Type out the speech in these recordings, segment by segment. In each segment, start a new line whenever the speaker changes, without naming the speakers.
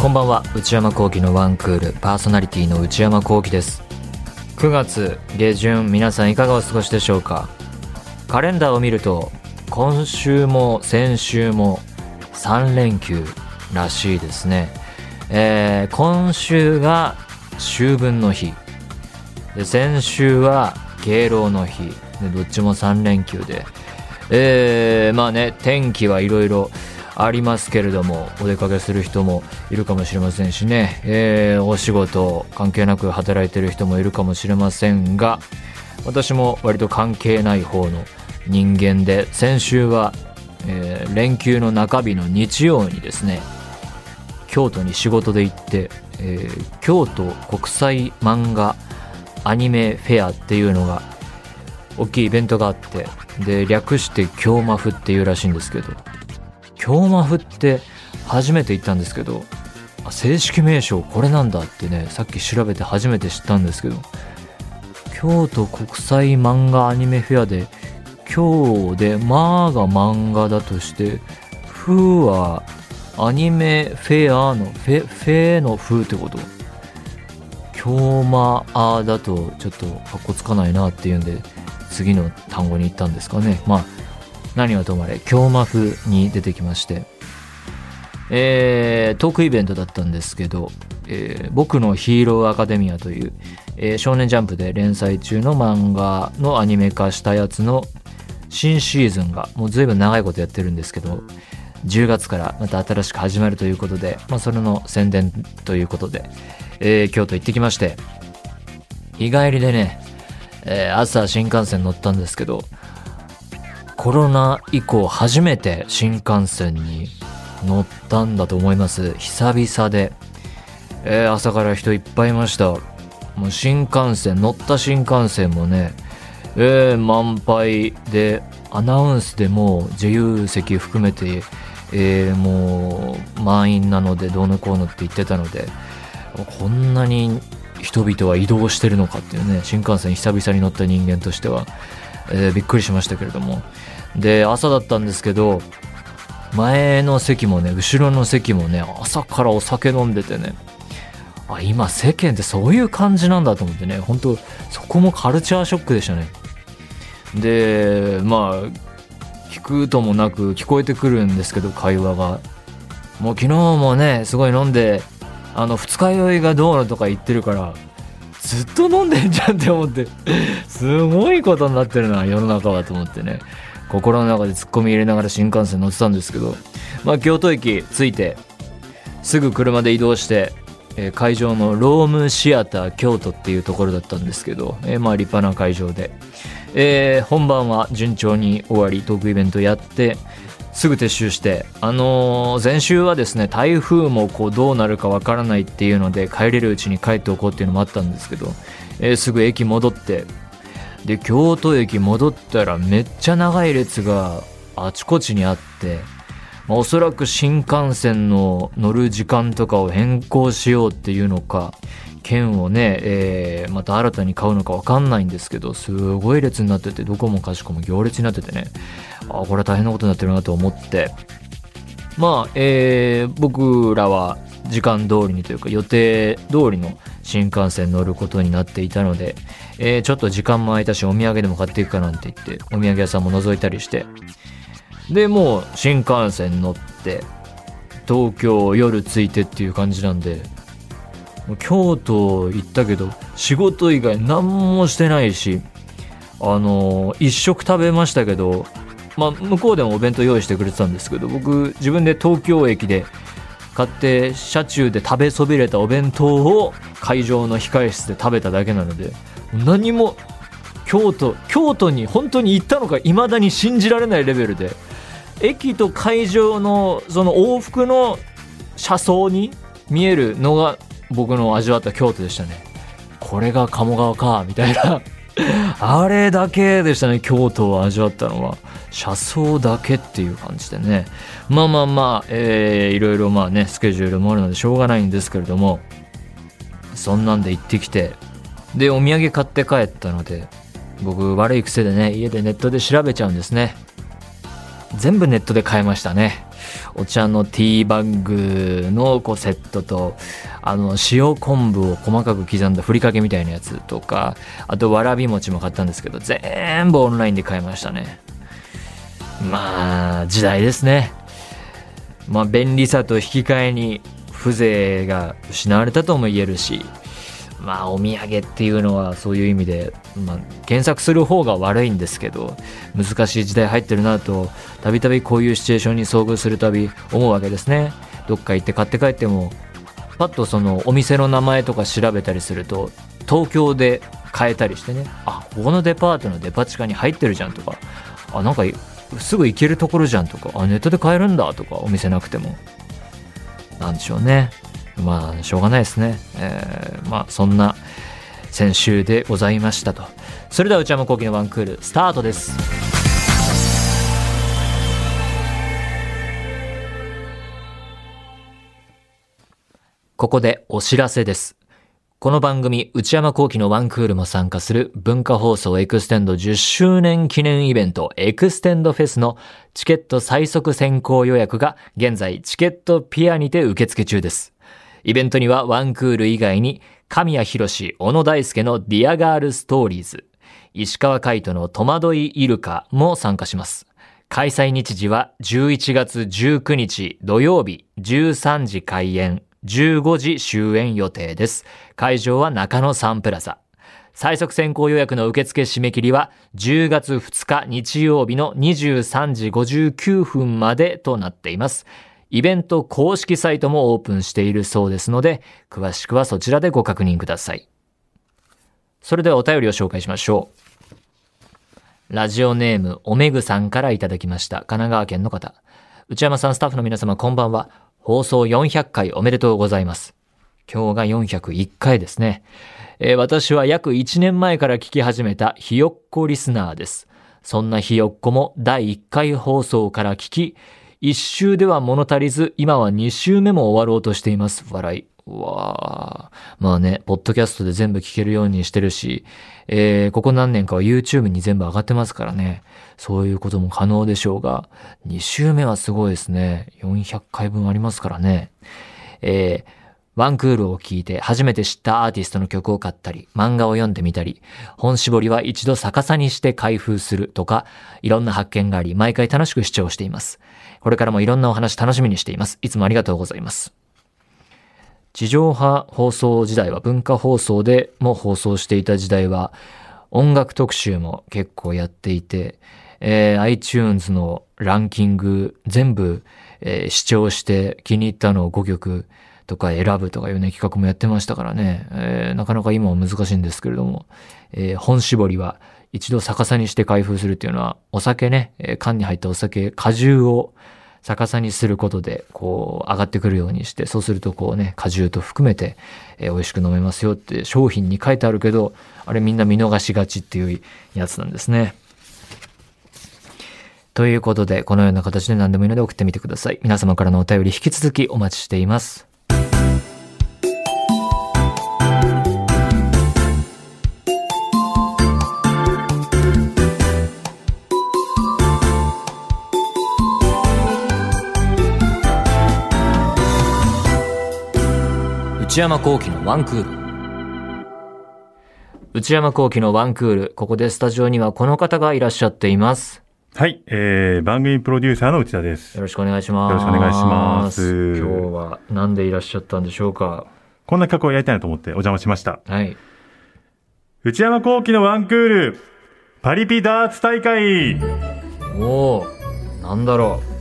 こんばんは内山聖輝のワンクールパーソナリティの内山聖輝です9月下旬皆さんいかがお過ごしでしょうかカレンダーを見ると今週も先週も3連休らしいですねえー今週が秋分の日で先週は敬老の日でどっちも3連休でえーまあね天気はいろいろありますけれどもお出かけする人もいるかもしれませんしね、えーお仕事関係なく働いてる人もいるかもしれませんが私も割と関係ない方の人間で先週は、えー連休の中日の日曜にですね京都に仕事で行って、えー京都国際漫画アニメフェアっていうのが大きいイベントがあってで略して京マフっていうらしいんですけど京マフって初めて行ったんですけどあ正式名称これなんだってねさっき調べて初めて知ったんですけど京都国際漫画アニメフェアで京で「ま」が漫画だとして「ふ」はアニメフェアのフェフェの「ふ」ってこと京マアだとちょっとかっこつかないなっていうんで次の単語に行ったんですかねまあ何はともあれ京マフに出てきましてえートークイベントだったんですけど「えー僕のヒーローアカデミア」という、えー少年ジャンプで連載中の漫画のアニメ化したやつの新シーズンがもう随分長いことやってるんですけど10月からまた新しく始まるということで、まあ、それの宣伝ということで、えー京都行ってきまして日帰りでね、えー朝新幹線乗ったんですけどコロナ以降初めて新幹線に乗ったんだと思います久々で、えー朝から人いっぱいいましたもう新幹線乗った新幹線もねえー満杯でアナウンスでもう自由席含めて、えーもう満員なのでどうのこうのって言ってたのでこんなに人々は移動してるのかっていうね新幹線久々に乗った人間としては、えーびっくりしましたけれどもで朝だったんですけど前の席もね後ろの席もね朝からお酒飲んでてねあ今世間ってそういう感じなんだと思ってね本当そこもカルチャーショックでしたねでまあ聞くともなく聞こえてくるんですけど会話がもう昨日もねすごい飲んであの二日酔いがどうのとか言ってるからずっと飲んでんじゃんって思ってすごいことになってるな世の中はと思ってね心の中でツッコミ入れながら新幹線乗ってたんですけどまあ京都駅着いてすぐ車で移動して、えー会場のロームシアター京都っていうところだったんですけど、えーまあ立派な会場で、えー本番は順調に終わりトークイベントやってすぐ撤収して、あのー前週はですね台風もこうどうなるかわからないっていうので帰れるうちに帰っておこうっていうのもあったんですけど、えーすぐ駅戻ってで京都駅戻ったらめっちゃ長い列があちこちにあって、まあ、おそらく新幹線の乗る時間とかを変更しようっていうのか券をね、えーまた新たに買うのか分かんないんですけどすごい列になっててどこもかしこも行列になっててねあこれは大変なことになってるなと思ってまあ、えー僕らは時間通りにというか予定通りの新幹線乗ることになっていたので、えーちょっと時間も空いたしお土産でも買っていくかなんて言ってお土産屋さんも覗いたりしてでもう新幹線乗って東京夜着いてっていう感じなんでもう京都行ったけど仕事以外何もしてないしあの一食食べましたけど、まあ、向こうでもお弁当用意してくれてたんですけど僕自分で東京駅で買って車中で食べそびれたお弁当を会場の控え室で食べただけなので何も京都京都に本当に行ったのか未だに信じられないレベルで駅と会場のその往復の車窓に見えるのが僕の味わった京都でしたねこれが鴨川かみたいな あれだけでしたね京都を味わったのは車窓だけっていう感じでねまあまあまあ、えーいろいろまあねスケジュールもあるのでしょうがないんですけれどもそんなんで行ってきてでお土産買って帰ったので僕悪い癖でね家でネットで調べちゃうんですね全部ネットで買えましたねお茶のティーバッグのこうセットとあの塩昆布を細かく刻んだふりかけみたいなやつとかあとわらび餅も買ったんですけど全部オンラインで買いましたねまあ時代ですねまあ便利さと引き換えに風情が失われたとも言えるしまあお土産っていうのはそういう意味で、まあ、検索する方が悪いんですけど難しい時代入ってるなとたびたびこういうシチュエーションに遭遇するたび思うわけですねどっか行って買って帰ってもパッとそのお店の名前とか調べたりすると東京で買えたりしてねあここのデパートのデパ地下に入ってるじゃんとかあなんかすぐ行けるところじゃんとかあネットで買えるんだとかお店なくてもなんでしょうねまあしょうがないですね、えー、まあそんな先週でございましたとそれでは内山聖輝のワンクールスタートですここでお知らせですこの番組、内山幸輝のワンクールも参加する文化放送エクステンド10周年記念イベントエクステンドフェスのチケット最速先行予約が現在チケットピアにて受付中です。イベントにはワンクール以外に神谷博史、小野大輔のディアガールストーリーズ、石川海人の戸惑いイルカも参加します。開催日時は11月19日土曜日13時開演15時終演予定です。会場は中野サンプラザ。最速先行予約の受付締め切りは10月2日日曜日の23時59分までとなっています。イベント公式サイトもオープンしているそうですので、詳しくはそちらでご確認ください。それではお便りを紹介しましょう。ラジオネーム、おめぐさんからいただきました。神奈川県の方。内山さん、スタッフの皆様、こんばんは。放送400回おめでとうございます。今日が401回ですね。えー、私は約1年前から聞き始めたひよっこリスナーです。そんなひよっこも第1回放送から聞き、1週では物足りず、今は2週目も終わろうとしています。笑い。うわあ。まあね、ポッドキャストで全部聞けるようにしてるし、えー、ここ何年かは YouTube に全部上がってますからね。そういうことも可能でしょうが、2週目はすごいですね。400回分ありますからね。えー、ワンクールを聴いて初めて知ったアーティストの曲を買ったり、漫画を読んでみたり、本絞りは一度逆さにして開封するとか、いろんな発見があり、毎回楽しく視聴しています。これからもいろんなお話楽しみにしています。いつもありがとうございます。地上波放送時代は文化放送でも放送していた時代は、音楽特集も結構やっていて、えー、iTunes のランキング全部、えー、視聴して気に入ったのを5曲とか選ぶとかいうね企画もやってましたからね、えー、なかなか今は難しいんですけれども、えー、本絞りは一度逆さにして開封するっていうのはお酒ね、え缶に入ったお酒果汁を逆さにすることでこう上がってくるようにしてそうするとこうね果汁と含めて、えー、美味しく飲めますよって商品に書いてあるけどあれみんな見逃しがちっていうやつなんですね。ということでこのような形で何でもいいので送ってみてください皆様からのお便り引き続きお待ちしています内山幸喜のワンクール。内山幸喜のワンクール。ここでスタジオにはこの方がいらっしゃっています。
はい、えー、番組プロデューサーの内田です。。
よろしくお願いします
よろしくお願いします。
今日は何でいらっしゃったんでしょうか。
こんな企画をやりたいなと思ってお邪魔しました。
はい。
内山幸喜のワンクール、パリピダーツ大会。
おお、なんだろ
う。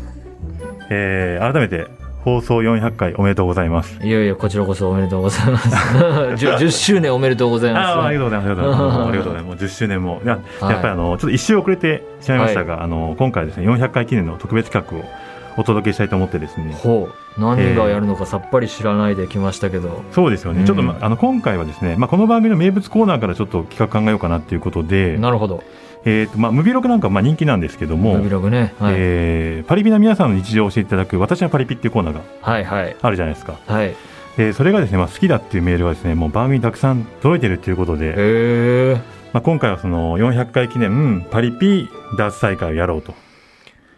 えー、改めて放送400回おめでとうございます。
いやいや、こちらこそおめでとうございます。10, 10, 周年おめでとうございます。
あありがとうございます。ありがとうございます。もう10周年も。や,はい、やっぱりあの、ちょっと1周遅れてしまいましたが、はい、あの、今回ですね、400回記念の特別企画をお届けしたいと思ってですね。
ほう。何がやるのかさっぱり知らないで来ましたけど。
えー、そうですよね。うん、ちょっと、ま、あの、今回はですね、まあ、この番組の名物コーナーからちょっと企画考えようかなっていうことで。
なるほど。
えーとまあ、ムビログなんかまあ人気なんですけども、
ムビログね
はい、えー、パリピな皆さんの日常を教えていただく「私はパリピ」っていうコーナーがあるじゃないですか、
はい、はい、
えー、それがですね、まあ、好きだっていうメールがですねもう番組にたくさん届いてるということで、
えー
まあ、今回はその400回記念パリピ脱大会をやろうと。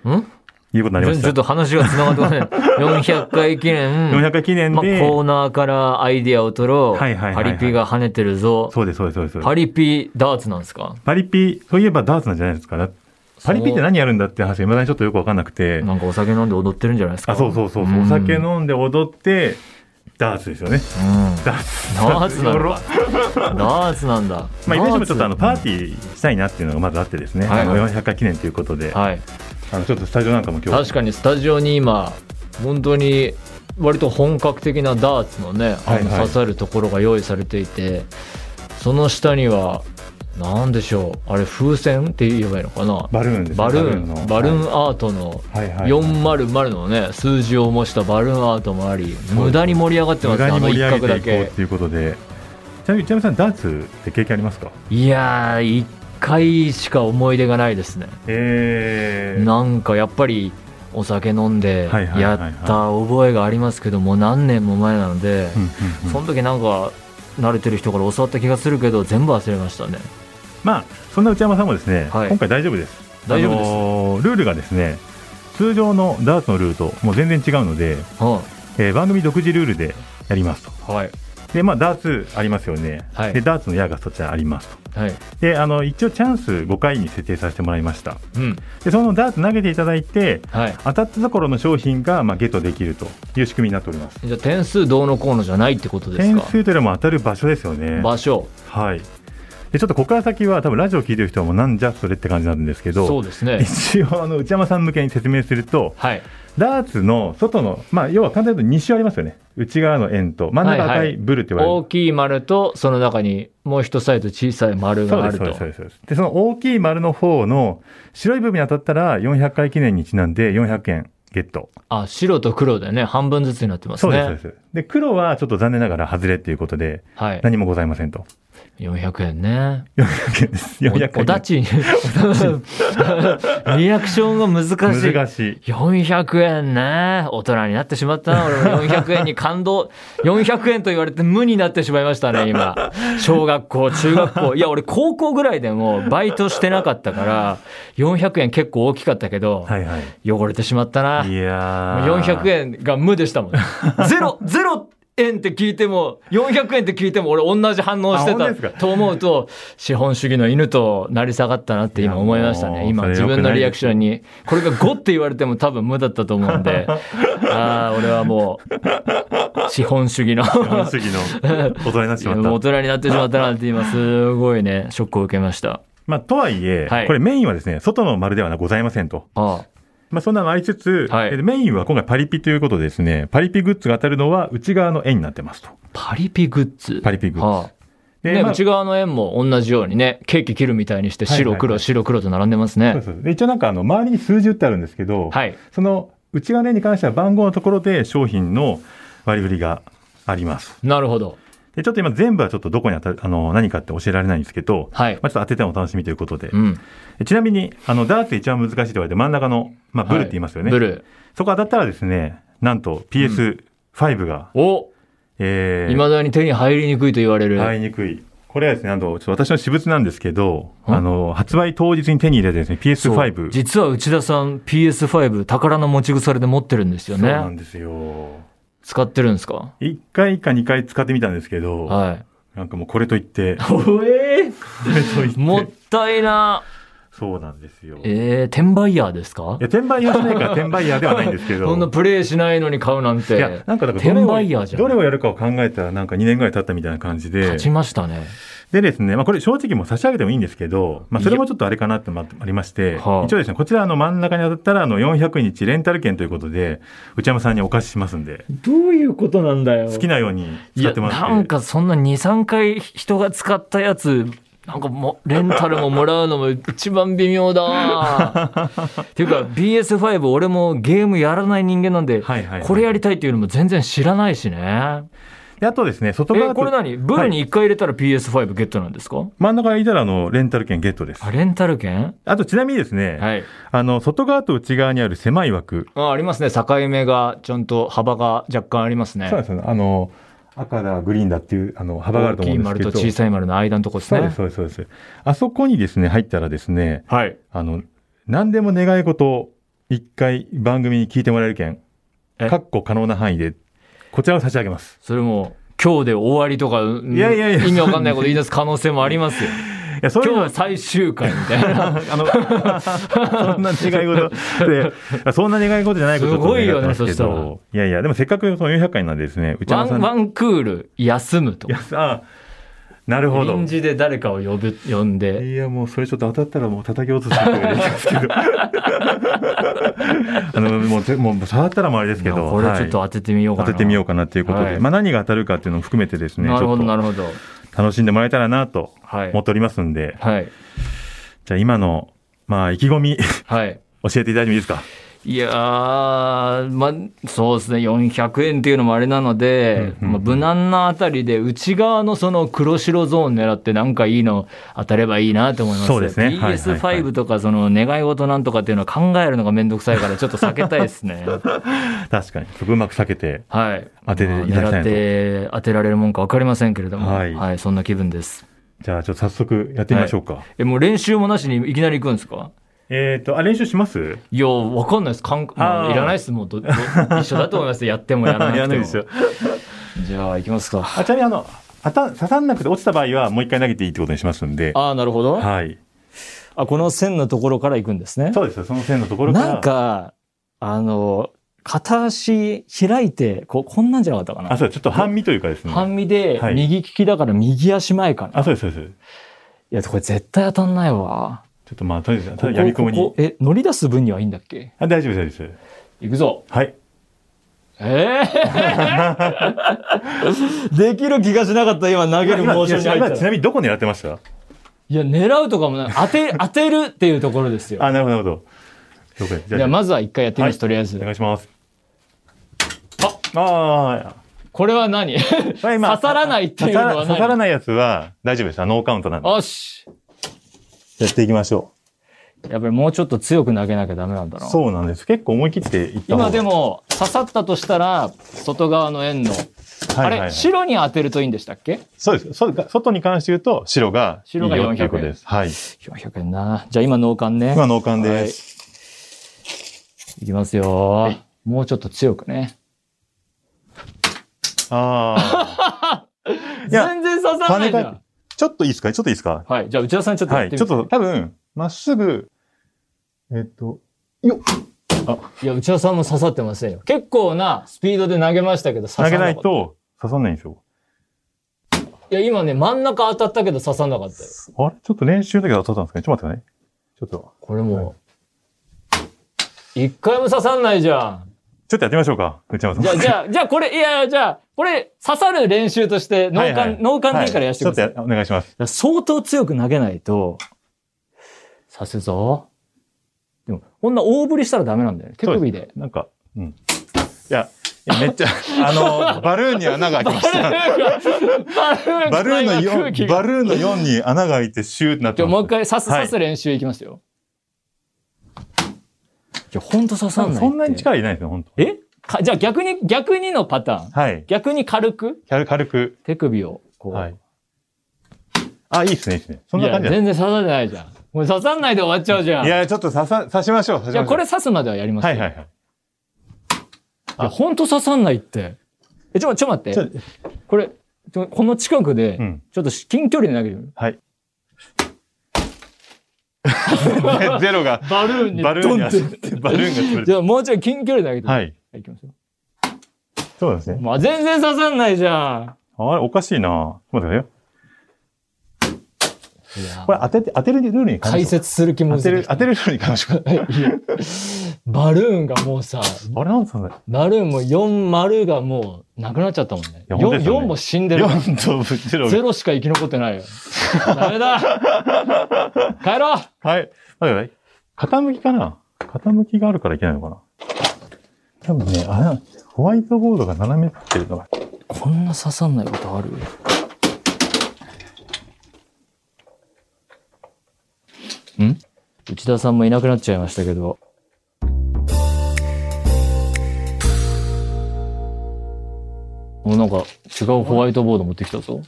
ん
いうことになりまし。
ちょったと話がつながってこない。400回 記念。
400回記念
まあ、
で、
コーナーからアイディアを取ろう。
はいはいはいはい
パリピが跳ねてるぞ。
そうです、そうです、そうです。
パリピダーツなんですか
パリピ、そういえばダーツなんじゃないですか。だパリピって何やるんだって話が未だにちょっとよくわかんなくて。
なんかお酒飲んで踊ってるんじゃないですか
あ、そうそうそうそう、お酒。飲んで踊って、ダーツですよね。
んうん
ダーツ。
ダーツな
よ
ん
ろ
だ。ダーツなんだ。
まあ、いずれにしてもちょっとあのパ
ダ
ーティーしたいなっていうのがまずあってですね、
はい
あの400回記念ということで、
ツはい。
あのちょっとスタジオなんかも今日
確かにスタジオに今、本当に割と本格的なダーツのね、あ
はい
の
はい
刺さるところが用意されていて、その下には、なんでしょう。あれ、風船って言えばいいのかな
バルーンですね
バルーン、
の
バルーンアートの
はいはいはい
400のね、数字を模したバルーンアートもあり、無駄に盛り上がってま
無
すね、
駄
あ
に
の一
盛り上
角
げ
だ
ていこ
け
う。ということでちなみに内山さんダーツって経験ありますか
いやー、一回しか思い出がないですね。
えー、
なんかやっぱり、お酒飲んで
はいはい
や
はいはい
った覚えがありますけども、何年も前なので、
うんうんうん
その時なんか、慣れてる人から教わった気がするけど、全部忘れましたね。
まあそんな内山さんもですね、
はい
今回大丈夫です
大丈夫です
あのールールがですね通常のダーツのルールともう全然違うので、
う
えー番組独自ルールでやりますと
んはい。
でまあダーツありますよね、
はい
でダーツの矢がそちらありますと
はい。
であの一応チャンス5回に設定させてもらいました
うん。
でそのダーツ投げていただいて
はい。
当たったところの商品が、まあ、ゲットできるという仕組みになっております
じゃあ、点数どうのこうのじゃないってことです
点
か
数というよりも当たる場所ですよね
場所。
はいでちょっとここから先は多分ラジオ聞いてる人はもうなんじゃそれって感じなんですけど
そうです ね。
一応あの内山さん向けに説明すると
はい。
ダーツの外の、まあ、要は簡単に言うと2種ありますよね内側の円と真ん中
はい
赤
はい
いブルって言われる、
大きい丸と、その中にもう一サイズ小さい丸
そう
が
で
あ
す
ると
そうです。そうですそうですでその大きい丸の方の白い部分に当たったら400回記念にちなんで400円ゲット
あ、白と黒でね、半分ずつになってます
そうですそう
ね
で。すで黒はちょっと残念ながら外れっていうことで
はい。
何もございませんと
400円ね。
400円です400
おお
回
だち、 リアクションが難しい。
難しい
400円ね。大人になってしまったな。俺も400円に感動。400円と言われて無になってしまいましたね、今。小学校、中学校。いや、俺高校ぐらいでもうバイトしてなかったから、400円結構大きかったけど、
はいはい
汚れてしまったな。
いや
もう400円が無でしたもん。 ゼロ、ゼロ円って聞いても、400円って聞いても、俺同じ反応して
あ本当で
た
すか
と思うと、資本主義の犬と成り下がったなって今思いました
いや
ね。
もう
今
それ
自
良くない
分のリアクションに、これが5って言われても多分無だったと思うん で、ああ、俺はもう、資本主義の。
本主義の大人になってしま
大
った
人になってしまったなって今すごいねショックを受けました
まあとはいえ、
はい
これメインはですね外の丸ではございませんと
あ
まあそんなのありつつ、
はい
えーメインは今回パリピということでですねパリピグッズが当たるのは内側の円になってますと
パリピグッズ
パリピグッズ
あ
で
ね、
まあ
内側の円も同じようにね、ケーキ切るみたいにして、白
はいはい
黒、
はい
白黒と並んでます
そう
ね。
そうで一応なんかあの周りに数字打ってあるんですけど、
はい。
その内側の絵に関しては番号のところで商品の割り振りがあります。
なるほど。
でちょっと今全部はちょっとどこに当たるあの何かって教えられないんですけど、
はい
まあ、ちょっと当ててのお楽しみということで、
うん。
えちなみにあのダーツ一番難しいと言われて真ん中の、まあ、ブルって言いますよね、
ブル
そこ当たったらですねなんと PS5 が、
ー。お
え
いまだに手に入りにくいと言われる。
買いにくい。これはですね、あの、ちょっと私の私物なんですけど、
ん
あの、発売当日に手に入れてですね、
そう
PS5。
実は内田さん PS5 宝の持ち腐れで持ってるんですよ
そうなん
ね。
ですよ。
使ってるんですか
1回か2回使ってみたんですけど、
はい。
なんかもうこれといって、
おえ
これといっ て
もったいな。
そうなんですよ。いや、
えー、転売ヤーですか
転売屋しないから転売屋ではないんですけど。
そんなプレイしないのに買うなん
い
て。
や、なんかだから
転
どれ
売ヤー
を、
じゃん
どれをやるかを考えたらなんか2年ぐらい経ったみたいな感じで
勝。ちましたね。
でですね、まあこれ正直もう差し上げてもいいんですけど、まあそれもちょっとあれかなってまありまして、
はあ
一応ですね、こちらあの真ん中に当たったらあの400日レンタル券ということで、内山さんにお貸ししますんで。
どういうことなんだよ。
好きなように
い
使っ
や
てもらって。
なんかそんな23回人が使ったやつなんかもうレンタルももらうのも一番微妙 だっていうか PS5 俺もゲームやらない人間なんで、
はいはいはい
これやりたいっていうのも全然知らないしね
であとですね、外側
え
と
これ何ブルに1回入れたら PS5 ゲットなんですか、
真ん中にいたらあのレンタル券ゲットです
あ。レンタル券
あとちなみにですね、
はい
あの外側と内側にある狭い枠、
あありますね境目がちゃんと幅が若干ありますね
そうなんですよねあの赤だグリーンだっていうあの幅が
大
あると
き
思う
い
んです
丸
け
と
ど、
小さい丸の間のとこです
そうで
ね
すそうですそうです。あそこにですね入ったらですね、
はい
あの何でも願い事を一回番組に聞いてもらえる件、
え
かっこ可能な範囲で、こちらを差し上げます。
それもう今日で終わりとかい
やいやいや
意味わかんないこと言い出す可能性もありますよ
いや、 そういう
今日
の
は最終回みたい な
あの、そんな願い事で、 そんな願い事じゃないこと
すごいよね
と願ってますけどいやいや、でもせっかくその400回なんでですね、内
ワ
山さ
ン
ん
ワンクール休むと
いや、あ、なるほど。
臨時で誰かを呼ぶ呼んで
いや、もうそれちょっと当たったらもう叩き落とすことができま すけど。あの、もうぜ、もう触ったらもうあれですけ
いや
ど、
これちょっと
は
当
い
ててみようかな、
当ててみようかなということで、
はい
まあ何が当たるかっていうのも含めてですね、ち
なる
ょ
ほ
っ
どな
と
るほど
楽しんでもらえたらなと
はい
思っておりますんで、
はい
じゃあ今の、まあ意気込み
はい
教えていただいてもいいですか
いやーまあそうですね400円っていうのもあれなので、
うんうんうん
まあ、無難なあたりで内側のその黒白ゾーン狙ってなんかいいの当たればいいなと思います
そうですねはいはいはい
PS5 とかその願い事なんとかっていうのは考えるのがめんどくさいからちょっと避けたいです ね
確かに。そこうまく避けて、
はい
当てていただき
ま
た
あ狙
いな
っ
と
て当てられるもんか分かりませんけれども
はい
はい、そんな気分です
じゃあちょっと早速やってみましょうか。
えもう練習もなしにいきなり行くんですか
えっ、と、あ、練習します
いや、わかんないです。かんま
あ
あ、
ー
いらないです。もうど、ど一緒だと思います。やってもやらなくても。
やら ないですよ。
じゃあ、行きますか。
あ、ちなみにあの、当た、刺さんなくて落ちた場合はもう一回投げていいってことにしますんで。
ああ、なるほど。
はい。
あ、この線のところから行くんですね。
そうですよ。その線のところから。
なんか、あの、片足開いて、こう、こんなんじゃなかったか
あ、
な。
そうです。ちょっと半身というかですね。
半身で
は、い
右利きだから右足前かな。
あ、そうです、そうです。
いや、これ絶対当たんないわ。
ちょっとまあ、とりあえず、た
こ
だ
こ
やみ込
こ
みに
こ。え、乗り出す分にはいいんだっけ
あ、大丈夫です、大丈夫です。
行くぞ。
はい。
ええできる気がしなかった、今投げる
今
モーションに入った
今
ら
ちなみにどこ狙ってました
いや、狙うとかもない。当て、当てるっていうところですよ。
あ、なるほど、なるほど。了解じ
じゃ
ゃ
あ、
あ、
まずは一回やってみます、
はい
とりあえ
お
ず。
願いします。あ、あ
これは何刺
あ、今
さらないっていう
刺
の
さら
は
刺さら
何
ないやつは大丈夫です。あノーカウントなんで。
よし。
やっていきましょ
やっぱりもうちょっと強く投げなきゃダメなんだ
う。
な。
そうなんです。結構思い切っていった方が
今で、も、刺さったとしたら、外側の円の。
はいはい
あ
は
れ、
い
白に当てるといいんでしたっけ
そうです。そうが外に関して言うと、白がいいよ
白が400
っていうことです。はい。
?400 円な。じゃあ今、脳幹ね。
今、脳幹です。
いきますよ、
い
もうちょっと強くね。
ああ。いや、
全然刺さ
跳
な
ね
いじ
返
ゃ
って
ん。
ちょっといいですかちょっといいですか
はい。じゃあ、内田さんちょっと
は
やっ
い。
てみ
ち
て。
ょっと多分、まっすぐ、えっと、よっ
いや、内田さんも刺さってませんよ。結構なスピードで投げましたけど、刺さなか
投げ
った
ないと刺さんないんですよ。
いや、今ね、真ん中当たったけど刺さなかったよ。
あれちょっと練習だけど当たったんですかねちょっと待ってください。ちょっと、
これもう、一回も刺さんないじゃん。
ちょっとやってみましょうか。内山さ ん。
じゃあ、じゃあ、じゃあこれ、いやいや、じゃあ、これ、刺さる練習として、脳
はいはい
幹、脳幹でいいからやらせてください。
はちょっとやお願いします。
相当強く投げないと、刺すぞ。でも、こんな大振りしたらダメなんだよね。手首で。
なんか、うん。いや、いやめっ ちゃ、あの、バルーンに穴が開きました。 バ
バ
ルーン の
空気
4、
が
バルーンの4に穴が開いてシューってなっ
じ
て
ゃあも
ま
う
す
一。回刺す、
はい
刺す練習いきますよ。いや、ほんと刺さんないって。
そんなに力いないですね、本当。
えかじゃあ逆に、逆にのパターン。
はい。
逆に軽く
軽軽く。
手首をこう。
はい。あ、いいですね、いいですね。そんな感じ
いや
だ。
全然刺さってないじゃん。もう刺さんないで終わっちゃうじゃん。
いや、ちょっと刺さ、刺しましょう、刺しまし
じゃ
ょう。
あこれ刺すまではやります
は
よ。
いはいはい。
いや、ほんと刺さんないって。え、ちょ、ちょ、待っ。
ちょって
これ、ちょこの近くで
うん、
ちょっと近距離で投げてみる。
はい。ね ゼロが、
バルーンに。
バルーンに
ドンっ
当たって、バルーンが潰れ
じ
て。
ゃあもうちょい近距離で投げてみる。。
はいい。
いきますよ。
そうなんですね。
まあ全然刺さんないじゃ
あれ、おかしいなちょっと待ってください
ん。
よ。
いや
これ当てて、当てるルールに関
解
して。
説する気も
当
す
て
る
る、。当てるルールに関して。
いやバルーンがもうさ、
あれなんですかね。
バルーンも4丸がもうなくなっちゃったもんね。
や本当で
4,
すよね
も死んでる。
4とゼロが
ゼロしか生き残ってないよ。ダメだ帰ろう
はい。待ってください。傾きかな傾きがあるからいけないのかな多分ね、あれなんホワイトボードが斜めってるのが。
こんな刺さんないことあるん内田さんもいなくなっちゃいましたけど。もうなんか違うホワイトボード持ってきたぞ。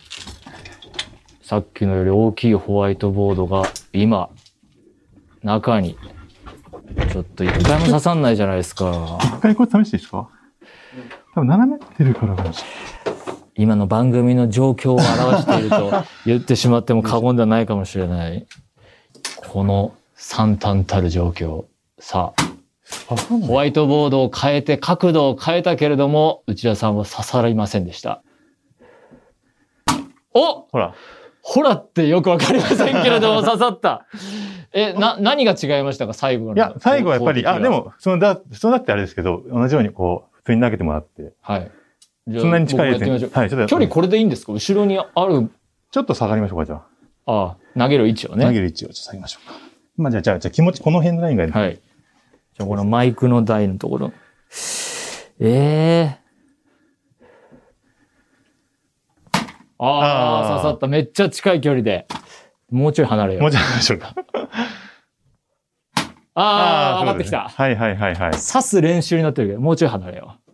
さっきのより大きいホワイトボードが今、中にちょっと一回も刺さんないじゃないですか。
一回これ試していいですか多分斜めってるからかもし
今の番組の状況を表していると 言ってしまっても過言ではないかもしれない。この惨憺たる状況。さあ、
れない。
ホワイトボードを変えて角度を変えたけれども、内田さんは刺さりませんでした。お
ほら、
ほらってよくわかりませんけれども刺さった。え、な、何が違いましたか最後の。
いや、最後はやっぱり、
攻撃
あ、で。も、そのだ、そのだってあれですけど、同じようにこう、普通に投げてもらって、
はい。じゃあ
そんなに近い
僕もやってみましょう。
はい、ちょっとやって
距離これでいいんですか後ろにある、
ちょっと下がりましょうか、じゃあ。
ああ投げる位置をね。
投げる位置をちょっと下げましょうか。まあ、じゃあ、じゃあ、じゃあ気持ち、この辺のラインがいい
はい。じゃあこのマイクの台のところ。ええああ、
あー
刺さった。めっちゃ近い距離で。もうちょい離れよ
も
う
う。ちょい話しましょうか。
ああ、上
そ
が
う
っ
で
て
す
き
ね
た。
はいはいはいはい。
刺す練習になってるけど、もうちょい離れよう。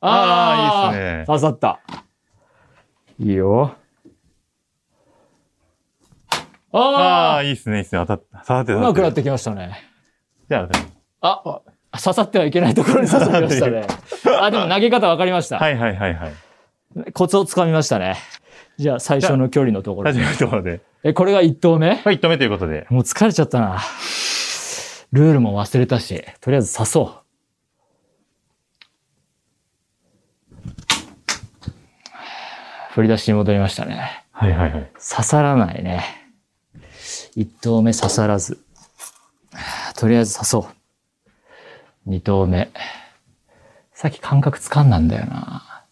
あー
ー
いいっすね
刺さった。いいよ。
ああ、
ああ
いいっすね、いいっすね。当たった。刺さって
う
た。
まくなっ
って。
てきましたね。
じゃ
あ、刺さってはいけないところに刺さりましたね。あ、でも投げ方わかりました。
あ、はいはいはいはい。
コツをつかみましたね。じゃあ最初の距離のところ
始。めるところで。
え、これが1投目
はい、1投目ということで。
もう疲れちゃったな。ルールも忘れたし、とりあえず刺そう。振り出しに戻りましたね。
はいはいはい。
刺さらないね。1投目刺さらず。とりあえず刺そう。2投目。さっき感覚つかんだんだよな。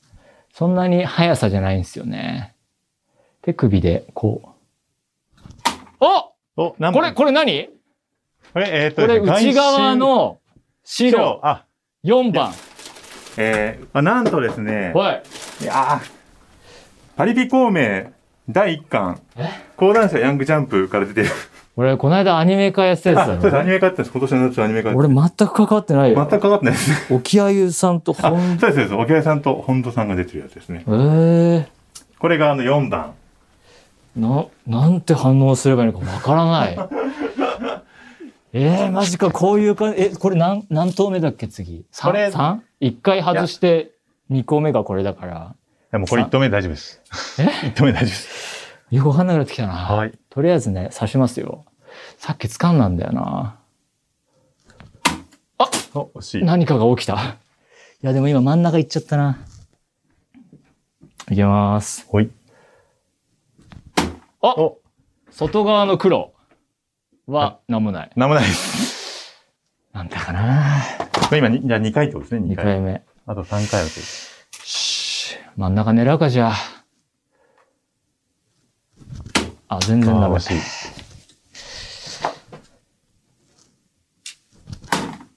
そんなに速さじゃないんですよね。手首で、こう。お
お、何
これ、これ何
これ、えーっ
ことれ
ですね、
内側の
外心
白
白。あ、
4番。
えーあ、なんとですね、
はい。
いやーパリピ孔明第1巻、講談社ヤングジャンプから出てる。
俺、この間アニメ化やってたや
あ、そう
つだ
です、ア
よ、
ニ
ね。
メ化やってたんです。今年の夏アニメ化やって
俺、全く関わってない
た
よ。
全くかかってないですね。
沖合優さんと本
そうです、そうです。沖合さんと本田さんが出てるやつですね。
えー、
これがあの4番。
な、なんて反応すればいいのかわからない。 えー、マジか、こういう感じ。え、これ何、何投目だっけ、次。
これ
3?1 回外して、2個目がこれだから。
でもこれ1投目大丈夫です。
え
?1 投目大丈夫です。
よくわかんなくなってきたな。
はい。
とりあえずね、刺しますよ。さっき掴んだんだよな。
お、惜しい。
何かが起きた。いや、でも今真ん中行っちゃったな。いきます。
ほい。
あ
お、
外側の黒は何もない。
なんもないです。
なんだかな
これ今に、じゃあ2回ってことですね、
2
2回。
回目。
あと3回だと。
し真ん中狙うかじゃあ。あ、全然ダ
あー
メ
惜。しい。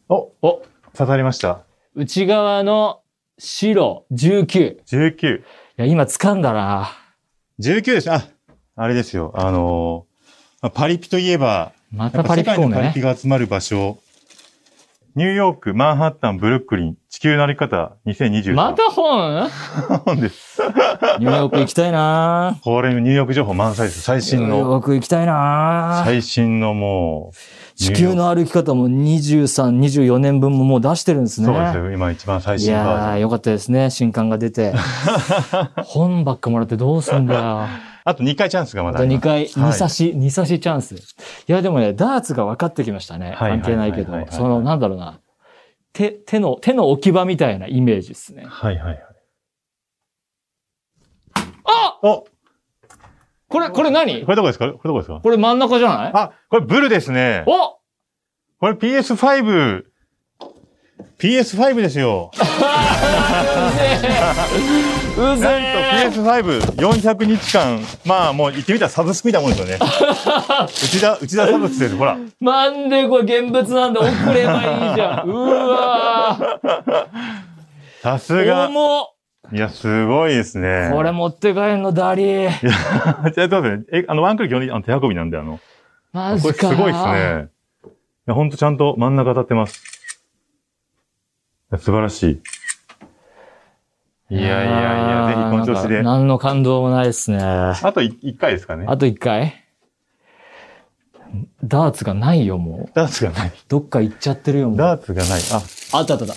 お、
お、
刺さりました。
内側の白19。い
19。
や、今掴んだな。
19です。あ、あれですよ。あのーまあパリピといえば、
ま
や
た
っぱ
パ
世
リピ
界
孔
の
明
パリピ
ね。
が集まる場所。ニューヨーク、マンハッタン、ブルックリン、地球の歩き方、2023。
また本
本です。
ニューヨーク行きたいな
これ、ニューヨーク情報満載です。最新
ニュー
の、
ヨーク行きたいな
最新のもう、
地球の歩き方も23、24年分ももう出してるんですね。
そうですよ。今一番最
い
新
や
バージョン。
ー、よかったですね。新刊が出 て。本ばっかもらってどうすんだよ。
あと2回チャンスがま
あ
だ
と
あ
2
ります。
回、2
はい
差し、二差しチャンス。いや、でもね、ダーツが分かってきましたね。
はいはい
関係ないけど
はいはいは。い
その、なんだろうな。手、手の、手の置き場みたいなイメージですね。
はいはいはい。
あ
お、
これ、これ何
これどこですかこれどこですか
これ真ん中じゃない
あ、これブルですね。
お
これ PS5。PS5 ですよ。
うぜ
なん
え
と PS5400 日間、まあもう言ってみたらサブスクみたいなもんですよね。 内田、内田サブスクです。ほら。
なんでこれ現物なんで送ればいいじ ゃん。うわー。
さすが。
重っ
いや、すごいですね。
これ 持って帰んのダリー
いや、ちょっと待って、え、あの、ワンクリック基本的にあの手運びなんで、あの、
マジ
これす
か
ごいですね。いや、ほんとちゃんと真ん中当たってます。いや素晴らしい。いやいやいや、ぜひこの調子
な
で
んか。何の感動もないですねあ
あと1回ですかね。
と一回ダーツがないよ、もう。
ダーツがない。
どっか行っちゃってるよ、もう。
ダーツがない。あ、
あったあったあった。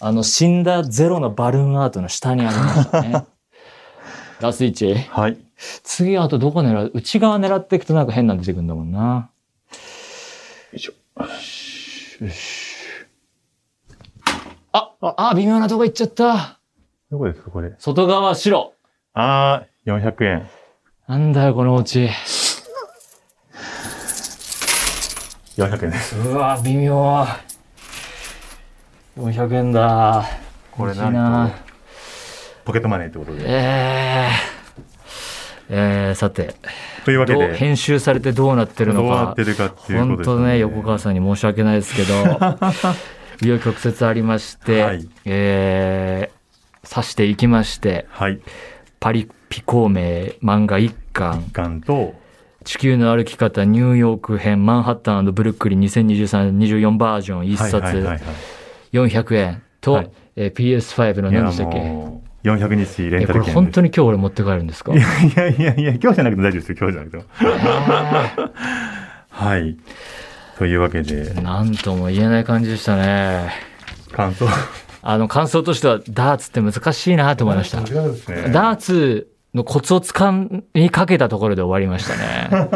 あの、死んだゼロのバルーンアートの下にありましたね。ラスイチ。
はい。
次、あとどこ狙う内側狙っていくとなんか変なの出てくるんだもんな。
よし。
あ、あ、微妙なとこ行っちゃった。
どこですか、これ。
外側白。
あー、400円。
なんだよ、このオチ。
400円です。
うわ、微妙。400円だ。
これ
いい
なんと、ポケットマネーってことで。
えー、えー、さて、
というわけ
どう
で、
編集されてどうなってる
ど
の
うな
か
って。るかっていうこと
本
です
当ね、横川さんに申し訳ないですけど、 紆余曲折ありまして、
はい
えー刺していきまして、
はい。
パリピ孔明漫画一巻、
ガンと、
地球の歩き方ニューヨーク編、マンハッタンブルックリン2023-24バージョン一
はいはいはいは
冊
い。
400円と、
はい
えー PS5 の
いや
何でしたっけ
もう、400日レ
え
ン
こ
タ
れ
ル券
本
です。
当に今日俺持って帰るんですか
いやいやいや、今日じゃなくても大丈夫ですよ、今日じゃなくても。 はい。というわけで、
なんとも言えない感じでしたね。
感想。
あの感想としてはダーツって難しいなと思いました。
そうですね。
ダーツのコツをつかみかけたところで終わりました ね。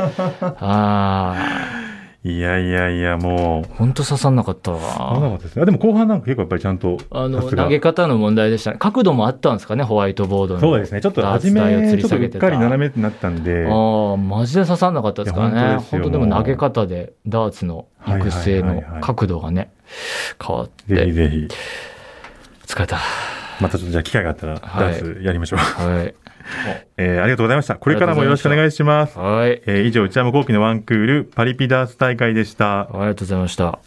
あ
いやいやいや、もう
あ、、ほんと刺さんなかった
そうな
わ。
かったですね。あでも後半なんか結構やっぱりちゃんと、
あ
さ
の、
すが
投げ方の問題でしたね。角度もあったんですかね、ホワイトボードの。
そうですね。ちょっと初め
ダーツ台を吊、り
ちょっと
下
う
げ
って
た
かり斜めになったんで、
ああ、マジで刺さんなかったですからね。
いや
本当
本当ですよ
でも投げ方で、ダーツの行く末
はいは
の
いはいはい
角度がね、変わっ
ぜひ
て、
ぜひ、
疲れた。
またちょっとじゃあ機会があったら、
は
ダ
い
ーツやりましょう。
はい。
えーありがとうございました。これからもよろしくお願いします。
はい。あり
えー以上、内山幸輝のワンクールパリピダーツ大会でした。
がとうございました。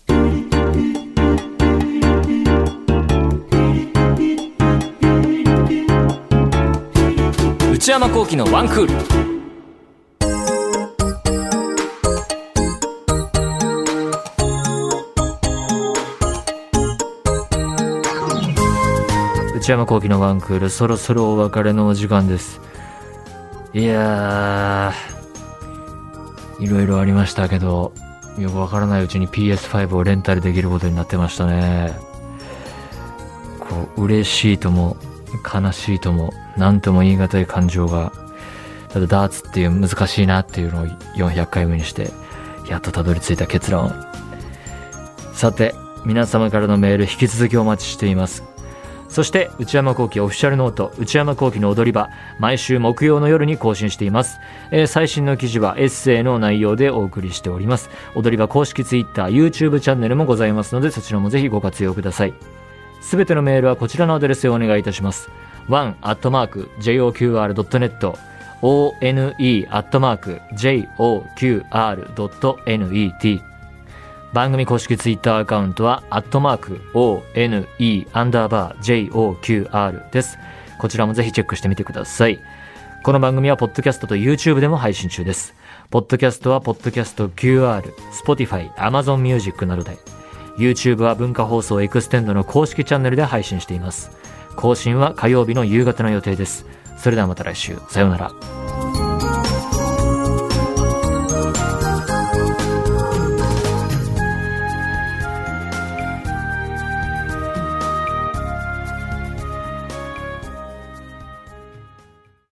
内山幸喜のワンクール。内山幸喜のワンクール、そろそろお別れのお時間です。いやー、いろいろありましたけど、よくわからないうちに PS5 をレンタルできることになってましたね。こう、嬉しいとも、悲しいとも、なんとも言い難い感情が、ただダーツっていう難しいなっていうのを400回目にして、やっとたどり着いた結論。さて、皆様からのメール引き続きお待ちしています。そして、内山幸喜オフィシャルノート、内山幸喜の踊り場、毎週木曜の夜に更新しています。えー最新の記事はエッセイの内容でお送りしております。踊り場公式 Twitter、YouTube チャンネルもございますので、そちらもぜひご活用ください。すべてのメールはこちらのアドレスへお願いいたします。one.joqr.net one.joqr.net 番組公式ツイッターアカウントは、アットマーク、one, アンダーバー、joqr です。こちらもぜひチェックしてみてください。この番組は、ポッドキャストと YouTube でも配信中です。ポッドキャストは、ポッドキャスト QR、Spotify、Amazon Music などで。YouTube は文化放送エクステンドの公式チャンネルで配信しています。更新は火曜日の夕方の予定です。それではまた来週。さようなら。